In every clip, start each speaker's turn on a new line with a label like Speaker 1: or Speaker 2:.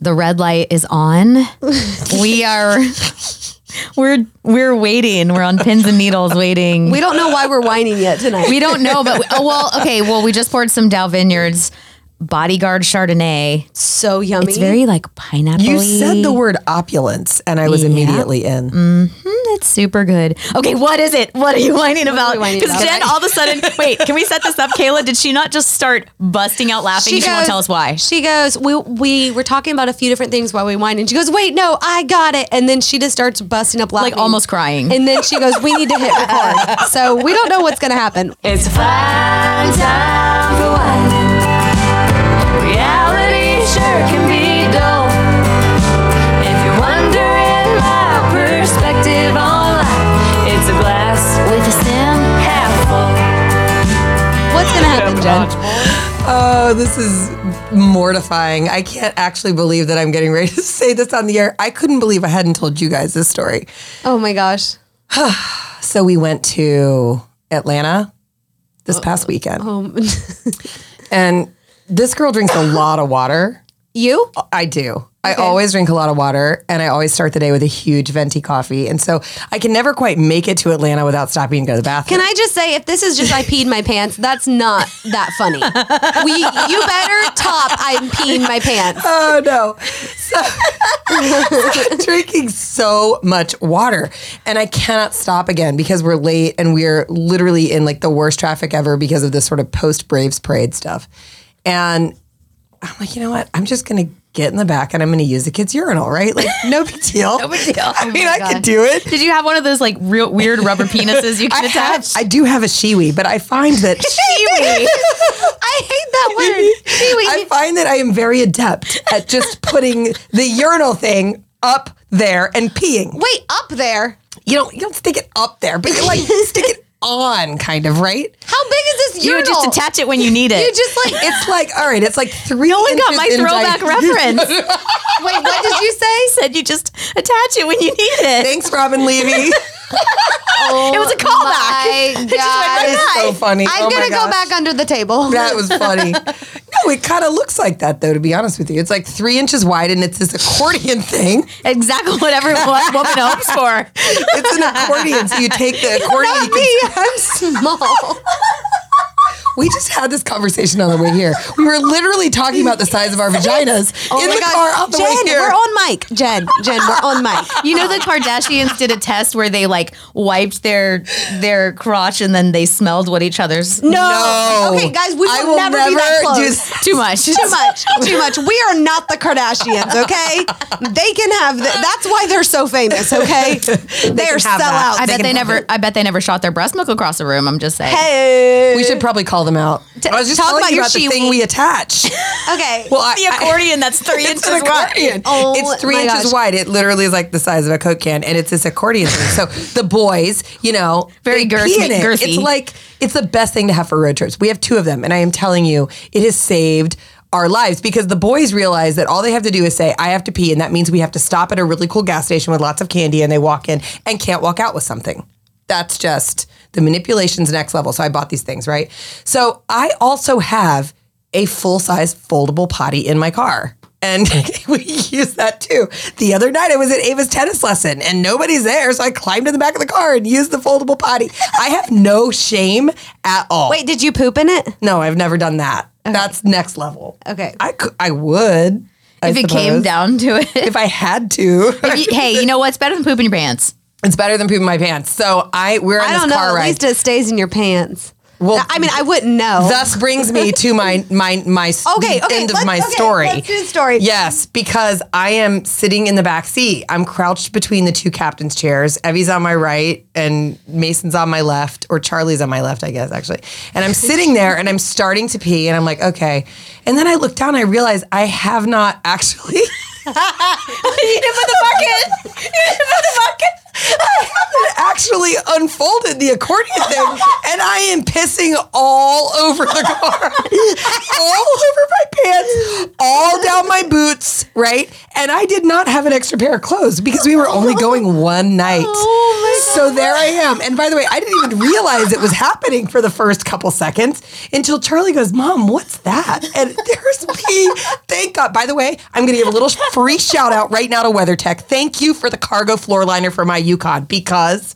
Speaker 1: the red light is on. we are we're we're waiting. We're on pins and needles waiting.
Speaker 2: We don't know why we're whining yet tonight.
Speaker 1: We don't know, but we, oh well. Okay, well we just poured some Dow Vineyards Bodyguard Chardonnay.
Speaker 2: so yummy.
Speaker 1: It's very like pineapple.
Speaker 3: You said the word opulence, and I was immediately in.
Speaker 1: It's super good. Okay, what is it? What are you whining about?
Speaker 2: whining
Speaker 1: Because
Speaker 2: about?
Speaker 1: Jen, all of a sudden, wait, can we set this up? Kayla, did she not just start busting out laughing? She, won't tell us why.
Speaker 2: She goes, we, we were talking about a few different things while we whined. And she goes, wait, no, I got it. And then she just starts busting up laughing.
Speaker 1: Like almost crying.
Speaker 2: And then she goes, we need to hit record. so we don't know what's going to happen.
Speaker 4: It's fun time for whining. Reality sure can be dull. If you're wondering my perspective on life, it's a glass with a stem half full.
Speaker 2: What's going to happen, Jen?
Speaker 3: Oh, this is mortifying. I can't actually believe that I'm getting ready to say this on the air. I couldn't believe I hadn't told you guys this story.
Speaker 2: Oh my gosh.
Speaker 3: So we went to Atlanta this past weekend,
Speaker 2: Um,
Speaker 3: and this girl drinks a lot of water.
Speaker 2: you?
Speaker 3: I do. I always drink a lot of water and I always start the day with a huge venti coffee. And so I can never quite make it to Atlanta without stopping to go to the bathroom.
Speaker 2: Can I just say, if this is just I peed my pants, that's not that funny. We, you better top I'm peeing my pants.
Speaker 3: oh no. So, drinking so much water. And I cannot stop again because we're late and we're literally in like the worst traffic ever because of this sort of post Braves parade stuff. And I'm like, you know what? I'm just gonna get in the back and I'm gonna use the kid's urinal, right? Like no big deal. no big deal. Oh I mean, I could do it.
Speaker 1: Did you have one of those like real weird rubber penises you can
Speaker 3: I, have,
Speaker 1: attach?
Speaker 3: I do have a shiwi, but I find that
Speaker 1: Kiwi.
Speaker 2: I hate that word.
Speaker 3: I find that I am very adept at just putting the urinal thing up there and peeing.
Speaker 2: Wait, up there.
Speaker 3: You don't you don't stick it up there, but you like stick it on, kind of, right?
Speaker 2: How big is this
Speaker 1: You would
Speaker 2: urinal?
Speaker 1: just attach it when you need
Speaker 2: You
Speaker 1: it.
Speaker 2: just like,
Speaker 3: It's like all right, it's like three. No
Speaker 1: I got my throwback reference.
Speaker 2: wait, what did you say?
Speaker 1: Said you just attach it when you need it.
Speaker 3: Thanks, Robin Levy.
Speaker 1: It was a callback.
Speaker 2: My God.
Speaker 3: That is so funny.
Speaker 2: I'm
Speaker 3: Oh my
Speaker 2: gonna go
Speaker 3: gosh.
Speaker 2: back under the table.
Speaker 3: That was funny. No, it kind of looks like that though. To be honest with you, it's like three inches wide, and it's this accordion thing.
Speaker 1: Exactly what every wo- woman hopes for.
Speaker 3: It's an accordion, so you take the accordion. you can-
Speaker 2: I'm small.
Speaker 3: We just had this conversation on the way here. We were literally talking about the size of our vaginas in the car on
Speaker 2: Oh
Speaker 3: the
Speaker 2: Jen,
Speaker 3: way here.
Speaker 2: we're on mic. Jen, Jen, we're on mic.
Speaker 1: You know the Kardashians did a test where they like wiped their their crotch and then they smelled what each other's
Speaker 3: No.
Speaker 2: Okay, guys, we will,
Speaker 3: I will
Speaker 2: never, be that
Speaker 3: never do
Speaker 2: close.
Speaker 3: that.
Speaker 1: too much.
Speaker 2: too much. Too much. We are not the Kardashians, okay? They can have the, that's why they're so famous, okay? They are
Speaker 3: have that.
Speaker 2: sellouts.
Speaker 1: I bet they never I bet they never shot their breast milk across the room. I'm just saying.
Speaker 2: Hey.
Speaker 3: we should probably call them out. I was just
Speaker 2: talk
Speaker 3: telling
Speaker 2: about
Speaker 3: you
Speaker 2: your
Speaker 3: about the
Speaker 2: shiwi.
Speaker 3: thing we attach.
Speaker 2: Okay.
Speaker 3: Well, I, I-
Speaker 1: that's three
Speaker 3: it's an accordion.
Speaker 2: Oh
Speaker 3: it's three
Speaker 2: my
Speaker 3: inches
Speaker 2: gosh.
Speaker 3: wide. It literally is like the size of a Coke can, and it's this accordion thing. So the boys, you know,
Speaker 1: Very
Speaker 3: they
Speaker 1: girthy-
Speaker 3: pee in it.
Speaker 1: girthy.
Speaker 3: It's like it's the best thing to have for road trips. We have two of them, and I am telling you, it has saved our lives because the boys realize that all they have to do is say, "I have to pee," and that means we have to stop at a really cool gas station with lots of candy, and they walk in and can't walk out with something. That's just the manipulation's next level. So I bought these things, right? So I also have a full size foldable potty in my car. And
Speaker 2: Hmm.
Speaker 3: we use that too. The other night I was at Ava's tennis lesson and nobody's there. So I climbed in the back of the car and used the foldable potty. I have no shame at all.
Speaker 2: Wait, did you poop in it?
Speaker 3: No, I've never done that. That's next level.
Speaker 2: Okay.
Speaker 3: I, cou- I would. I
Speaker 1: If it came
Speaker 3: suppose.
Speaker 1: down to it.
Speaker 3: If I had to.
Speaker 1: hey, you know what's better than pooping your pants?
Speaker 3: it's better than pooping my pants. So I we're on
Speaker 2: I
Speaker 3: this
Speaker 2: don't know.
Speaker 3: car
Speaker 2: At
Speaker 3: ride.
Speaker 2: least it stays in your pants.
Speaker 3: Well,
Speaker 2: I mean, I wouldn't know.
Speaker 3: Thus brings me to my my my s-
Speaker 2: Okay,
Speaker 3: the
Speaker 2: okay,
Speaker 3: end of
Speaker 2: let's-
Speaker 3: my
Speaker 2: okay,
Speaker 3: story.
Speaker 2: let's do the story.
Speaker 3: Yes, because I am sitting in the back seat. I'm crouched between the two captain's chairs. Evie's on my right and Mason's on my left, or Charlie's on my left, I guess actually. And I'm sitting there and I'm starting to pee, and I'm like, okay. And then I look down, and I realize I have not actually. you didn't put the bucket. You didn't put the bucket. I haven't actually unfolded the accordion thing, and I am pissing all over the car, all over my pants, all down my boots, right? And I did not have an extra pair of clothes because we were only going one night. So there I am. And by the way, I didn't even realize it was happening for the first couple seconds until Charlie goes, Mom, what's that? And there's me. Thank God. By the way, I'm going to give a little free shout out right now to WeatherTech. Thank you for the cargo floor liner for my Yukon because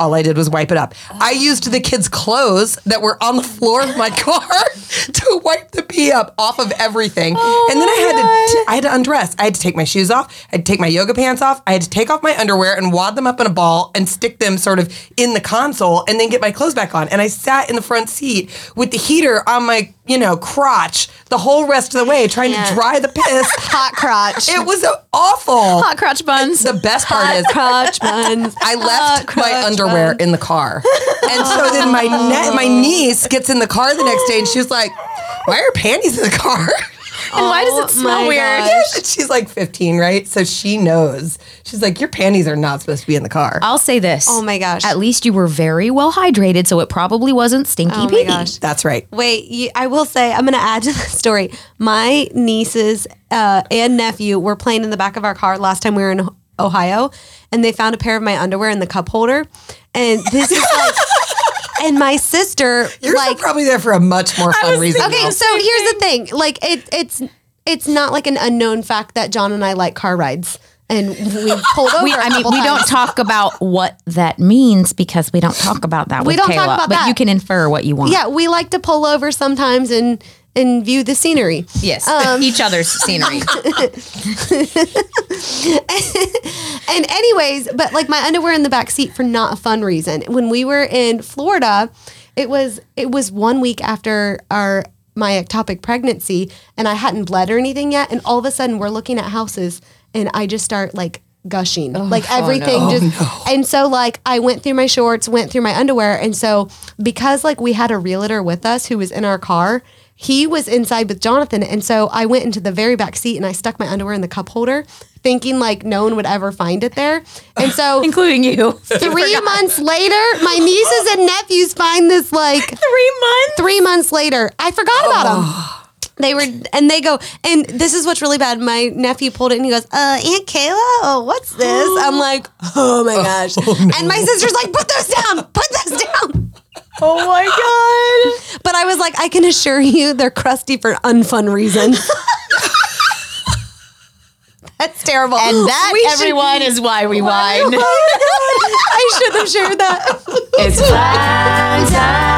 Speaker 3: all I did was wipe it up. I used the kids' clothes that were on the floor of my car to wipe the pee up off of everything. and then I had to I had to undress. I had to take my shoes off. I had to take my yoga pants off. I had to take off my underwear and wad them up in a ball and stick them sort of in the console and then get my clothes back on. And I sat in the front seat with the heater on my, you know, crotch the whole rest of the way trying to dry the piss.
Speaker 2: Hot crotch.
Speaker 3: it was awful.
Speaker 1: Hot crotch buns.
Speaker 3: The best part is
Speaker 2: crotch buns.
Speaker 3: I left
Speaker 1: crotch
Speaker 3: my underwear in the car. And so then my ne- my
Speaker 2: Oh.
Speaker 3: niece gets in the car the next day and she's like, Why are panties in the
Speaker 1: and
Speaker 3: car?
Speaker 1: why does it
Speaker 2: Oh
Speaker 1: smell
Speaker 2: my
Speaker 1: weird?
Speaker 2: God.
Speaker 3: And she's like 15, right? So she knows. She's like, Your panties are not supposed to be in the car.
Speaker 1: I'll say this.
Speaker 2: Oh my gosh.
Speaker 1: At least you were very well hydrated, so it probably wasn't stinky
Speaker 2: Oh my
Speaker 1: pee.
Speaker 2: gosh.
Speaker 3: That's right.
Speaker 2: Wait, you, I will say I'm going to add to that story. My nieces uh, and nephew were playing in the back of our car last time we were in Ohio, and they found a pair of my underwear in the cup holder, and this is like, and my sister
Speaker 3: You're
Speaker 2: like
Speaker 3: probably there for a much more fun reason.
Speaker 2: Okay,
Speaker 3: though.
Speaker 2: so here's the thing. Like it, it's it's not like an unknown fact that John and I like car rides, and we pulled over.
Speaker 1: We,
Speaker 2: a
Speaker 1: I mean,
Speaker 2: couple
Speaker 1: we don't
Speaker 2: times.
Speaker 1: talk about what that means because we don't talk about that.
Speaker 2: We
Speaker 1: with
Speaker 2: don't talk
Speaker 1: Kayla,
Speaker 2: about
Speaker 1: but
Speaker 2: that.
Speaker 1: you can infer what you want.
Speaker 2: Yeah, we like to pull over sometimes and and view the scenery.
Speaker 1: Yes. Each other's scenery.
Speaker 2: And anyways, but like my underwear in the back seat for not a fun reason. When we were in Florida, it was it was one week after our my ectopic pregnancy, and I hadn't bled or anything yet. And all of a sudden, we're looking at houses, and I just start like gushing, like everything just. And so like I went through my shorts, went through my underwear, and so because like we had a realtor with us who was in our car. He was inside with Jonathan, and so I went into the very back seat and I stuck my underwear in the cup holder, thinking like no one would ever find it there. And so
Speaker 1: Including you.
Speaker 2: three months later, my nieces and nephews find this like
Speaker 1: Three months. Oh.
Speaker 2: three months later. I forgot about them. They were, and they go, and this is what's really bad. My nephew pulled it and he goes, uh, Aunt Kayla, oh, what's this? I'm like, oh my gosh. And my sister's like, put those down, put those down.
Speaker 1: Oh my god.
Speaker 2: But I was like, I can assure you they're crusty for unfun reasons. That's terrible.
Speaker 1: And that
Speaker 2: We should-
Speaker 1: everyone is why we whine.
Speaker 2: I should have shared that.
Speaker 4: It's fine time.